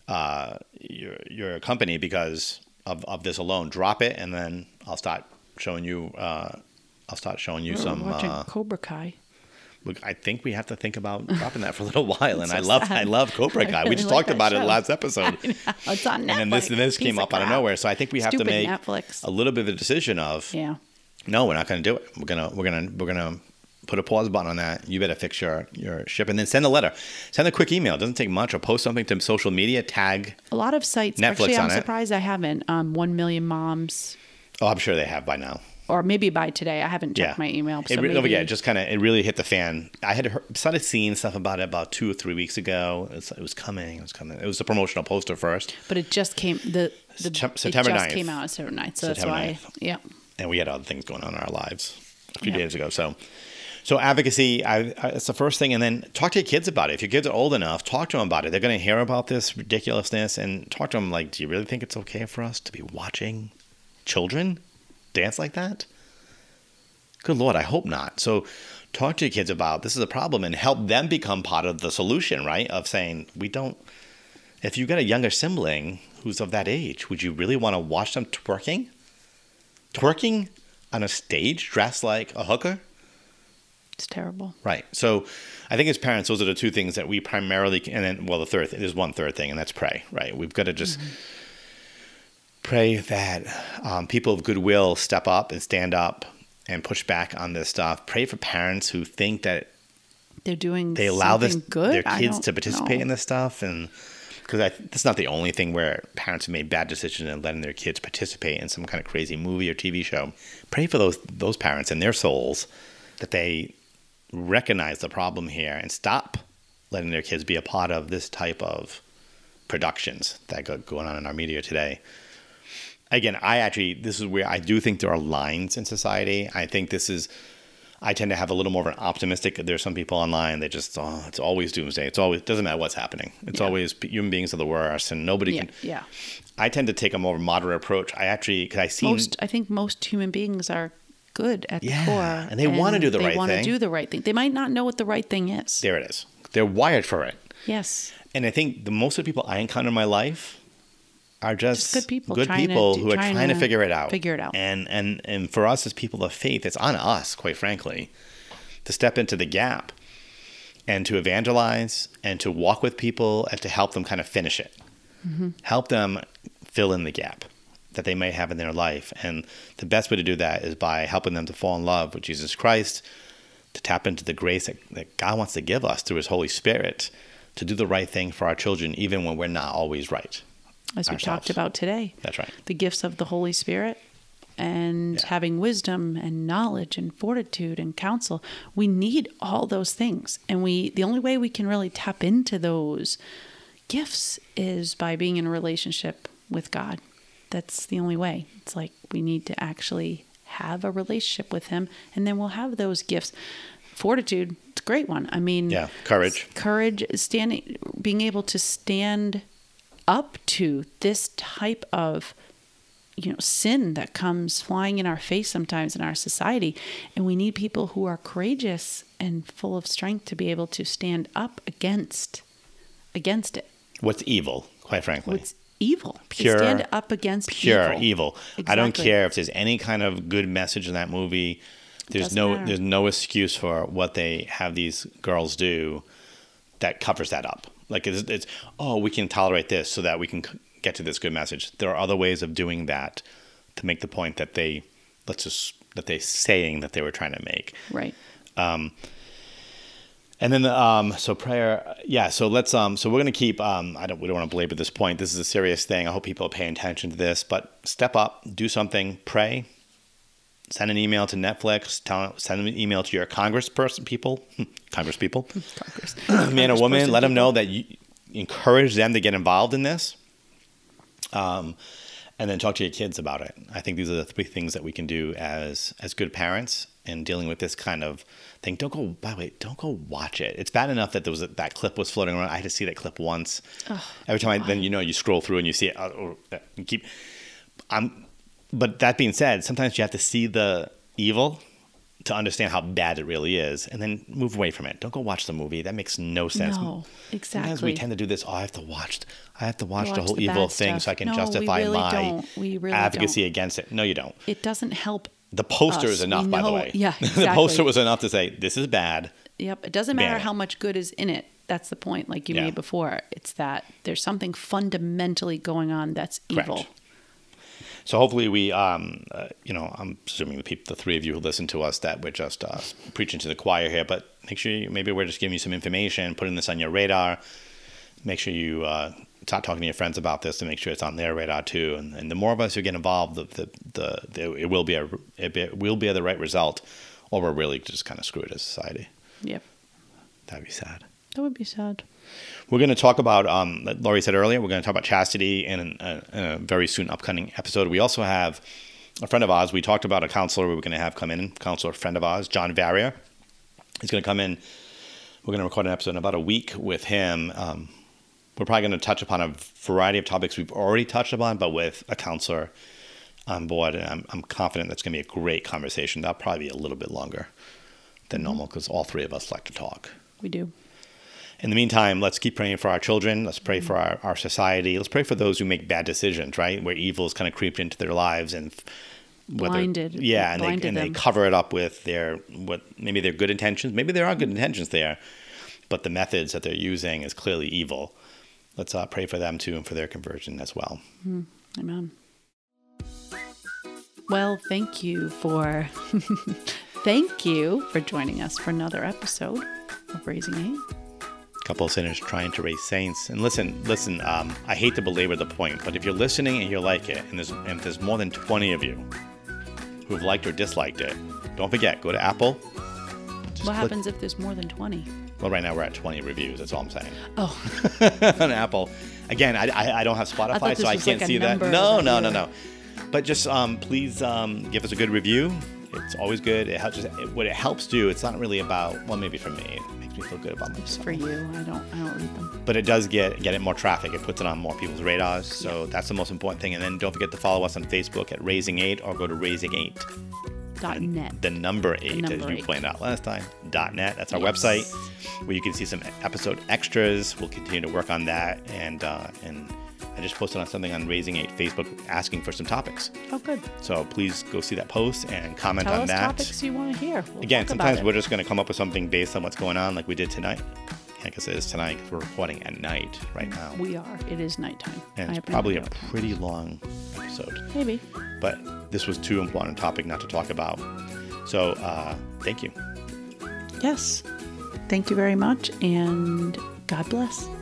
A: uh, your your company because of of this alone. Drop it, and then I'll start showing you. Uh, I'll start showing you
B: We're
A: some.
B: watching
A: Uh,
B: Cobra Kai.
A: look, I think we have to think about dropping that for a little while. And
B: so
A: I love
B: sad.
A: I love Cobra Guy. we
B: really
A: just
B: like
A: talked
B: that
A: about it
B: show.
A: last episode
B: It's on Netflix.
A: and then this and this
B: Piece
A: came up out of
B: crap.
A: nowhere. So I think we have
B: Stupid
A: to make
B: Netflix.
A: a little bit of a decision of
B: Yeah.
A: no, we're not going to do it. We're gonna we're gonna we're gonna put a pause button on that. You better fix your your ship and then send a letter. Send a quick email. It doesn't take much. Or post something to social media. Tag.
B: A lot of sites.
A: Netflix
B: actually,
A: on
B: I'm
A: it.
B: surprised I haven't. Um, One Million Moms,
A: Oh, I'm sure they have by now.
B: or maybe by today. I haven't
A: Yeah,
B: checked my email. So
A: It, re-
B: maybe,
A: oh, yeah, it just kind of it really hit the fan. I had heard, started seeing stuff about it about two or three weeks ago. It was, it was coming. It was coming. It was a promotional poster first,
B: but it just came. The, the
A: Septem- September
B: it just
A: 9th.
B: came out on September 9th, so
A: September
B: that's
A: 9th.
B: why. Yeah.
A: and we had other things going on in our lives a few
B: Yeah.
A: days ago. So, so advocacy, I, I, it's the first thing, and then talk to your kids about it. If your kids are old enough, talk to them about it. They're going to hear about this ridiculousness, and talk to them like, do you really think it's okay for us to be watching children dance like that? Good Lord, I hope not. So, talk to your kids about this is a problem and help them become part of the solution, right? Of saying, we don't, if you've got a younger sibling who's of that age, would you really want to watch them twerking? Twerking on a stage dressed like a hooker?
B: It's terrible.
A: Right. So I think as parents, those are the two things that we primarily, and then, well, the third, there's one third thing, and that's pray, right? We've got to just pray that um, people of goodwill step up and stand up and push back on this stuff. Pray for parents who think that
B: They're doing.
A: they allow this,
B: something good.
A: their
B: I
A: kids
B: don't
A: to participate
B: know.
A: in this stuff. And because that's not the only thing where parents have made bad decisions and letting their kids participate in some kind of crazy movie or TV show. Pray for those those parents and their souls that they recognize the problem here and stop letting their kids be a part of this type of productions that go going on in our media today. Again, I actually this is where I do think there are lines in society. I think this is I tend to have a little more of an optimistic. There's some people online that just oh, it's always doomsday. It's always doesn't matter what's happening. It's
B: Yeah.
A: always human beings are the worst, and nobody
B: Yeah,
A: can.
B: yeah.
A: I tend to take a more moderate approach. I actually because I see
B: Most, I think, most human beings are good at
A: Yeah,
B: the core,
A: and they wanna do the
B: they
A: right
B: want to
A: thing.
B: do the right thing. They might not know what the right thing is.
A: there it is. They're wired for it,
B: Yes,
A: and I think the most of the people I encounter in my life are just,
B: Just good people
A: good
B: trying to
A: people
B: do-
A: who are
B: trying
A: trying to,
B: to
A: figure it out.
B: figure it out.
A: And and and for us as people of faith, it's on us, quite frankly, to step into the gap and to evangelize and to walk with people and to help them kind of finish it.
B: Mm-hmm.
A: Help them fill in the gap that they may have in their life. And the best way to do that is by helping them to fall in love with Jesus Christ, to tap into the grace that, that God wants to give us through his Holy Spirit, to do the right thing for our children, even when we're not always right.
B: as we
A: Ourselves.
B: talked about today,
A: That's right.
B: the gifts of the Holy Spirit and
A: Yeah.
B: having wisdom and knowledge and fortitude and counsel. We need all those things. And we the only way we can really tap into those gifts is by being in a relationship with God. That's the only way. It's like we need to actually have a relationship with him and then we'll have those gifts. Fortitude, it's a great one. I mean
A: Yeah, courage.
B: courage standing being able to stand up to this type of you know sin that comes flying in our face sometimes in our society and we need people who are courageous and full of strength to be able to stand up against against it
A: What's evil, quite frankly.
B: what's evil To
A: Pure-
B: stand up against
A: pure
B: evil,
A: evil. I don't
B: Exactly.
A: care if there's any kind of good message in that movie. There's
B: Doesn't
A: no
B: matter.
A: there's no excuse for what they have these girls do that covers that up. Like it's, it's oh we can tolerate this so that we can c- get to this good message. There are other ways of doing that to make the point that they let's just that they saying that they were trying to make.
B: right
A: And then, um, so prayer, yeah. So let's, um, so we're gonna keep. Um, I don't, we don't want to belabor this point. This is a serious thing. I hope people are paying attention to this. But step up, do something, pray. Send an email to Netflix. Tell, send an email to your congressperson people, congress people,
B: Congress.
A: man or woman.
B: Congressperson
A: Let them know that you encourage them to get involved in this. Um, and then talk to your kids about it. I think these are the three things that we can do as as good parents in dealing with this kind of thing. Don't go. By the way, don't go watch it. It's bad enough that there was a, that clip was floating around. I had to see that clip once. Every time, I, then you know you scroll through and you see it. Uh, or, uh, you keep. I'm. But that being said, sometimes you have to see the evil to understand how bad it really is, and then move away from it. Don't go watch the movie. That makes no sense.
B: no
A: Sometimes we
B: exactly
A: tend to do this. Oh, I have to watch. I have to watch, the
B: Watch
A: whole
B: the
A: evil
B: bad
A: thing so
B: stuff.
A: I can
B: No, we
A: justify
B: really
A: my
B: don't. We really
A: advocacy
B: don't.
A: against it. No, you don't.
B: it doesn't help
A: The poster is
B: Us,
A: enough,
B: we
A: by the
B: know-
A: way.
B: yeah,
A: the poster
B: exactly.
A: was enough to say this is bad.
B: Yep. It doesn't
A: Ban
B: matter
A: it.
B: how much good is in it. That's the point, like you
A: Yeah.
B: made before. It's that there's something fundamentally going on that's
A: Correct.
B: evil.
A: So hopefully we, um, uh, you know, I'm assuming the people, the three of you who listen to us, that we're just uh, preaching to the choir here. But make sure you, maybe we're just giving you some information, putting this on your radar. Make sure you uh, start talking to your friends about this to make sure it's on their radar too. And, and the more of us who get involved, the the, the, the it will be a it be- will be the right result, or we're really just kind of screwed as society.
B: Yep.
A: That'd be sad.
B: That would be sad.
A: We're going to talk about, um, like Laurie said earlier, we're going to talk about chastity in, an, uh, in a very soon upcoming episode. We also have a friend of ours. We talked about a counselor we were going to have come in, counselor friend of ours, John Varia. He's going to come in. We're going to record an episode in about a week with him. Um, we're probably going to touch upon a variety of topics we've already touched upon, but with a counselor on board. And I'm, I'm confident that's going to be a great conversation. That'll probably be a little bit longer than normal because all three of us like to talk.
B: We do.
A: In the meantime, let's keep praying for our children. Let's pray for our, our society. Let's pray for those who make bad decisions, right? Where evil's kind of creeped into their lives and f- whether-
B: Blinded-
A: yeah, and,
B: blinded
A: they, and they
B: them.
A: cover it up with their what maybe their good intentions. Maybe there are good intentions there, but the methods that they're using is clearly evil. Let's uh, pray for them too and for their conversion as well.
B: Amen. Well, thank you for thank you for joining us for another episode of Raising Eight.
A: couple of sinners trying to raise saints. And listen, listen, um, I hate to belabor the point, but if you're listening and you like it, and, there's, and if there's more than 20 of you who've liked or disliked it, don't forget, go to Apple. Just
B: what
A: click-
B: happens if there's more than 20?
A: Well, right now we're at 20 reviews. That's all I'm saying.
B: Oh,
A: on Apple. Again, I, I, I don't have Spotify,
B: this
A: so I
B: was
A: can't
B: like a
A: see that.
B: number of
A: No, no, no,
B: reviews.
A: no. But just um, please um, give us a good review. It's always good. It helps. Just, what it helps do, it's not really about. Well, maybe for me, it makes me feel good about myself.
B: for you. I don't I don't read them.
A: But it does get get it more traffic. It puts it on more people's radars. So that's the most important thing. And then don't forget to follow us on Facebook at Raising Eight or go to Raising Eight.
B: Dot net.
A: The number eight, as
B: number
A: you
B: eight.
A: pointed out last time. Dot net. That's our
B: Yes.
A: website where you can see some episode extras. We'll continue to work on that. And uh, and I just posted on something on Raising Eight Facebook asking for some topics.
B: oh, good.
A: So please go see that post and comment
B: Tell
A: on
B: us
A: that.
B: topics you want to hear. We'll
A: Again,
B: talk about
A: sometimes
B: it.
A: we're just going to come up with something based on what's going on, like we did tonight. I guess it is tonight 'cause we're recording at night right now.
B: We are. It is nighttime.
A: and
B: I
A: it's
B: have no
A: probably a
B: idea what time.
A: pretty long episode
B: Maybe.
A: but this was too important a topic not to talk about. So uh, thank you.
B: Yes. Thank you very much and God bless.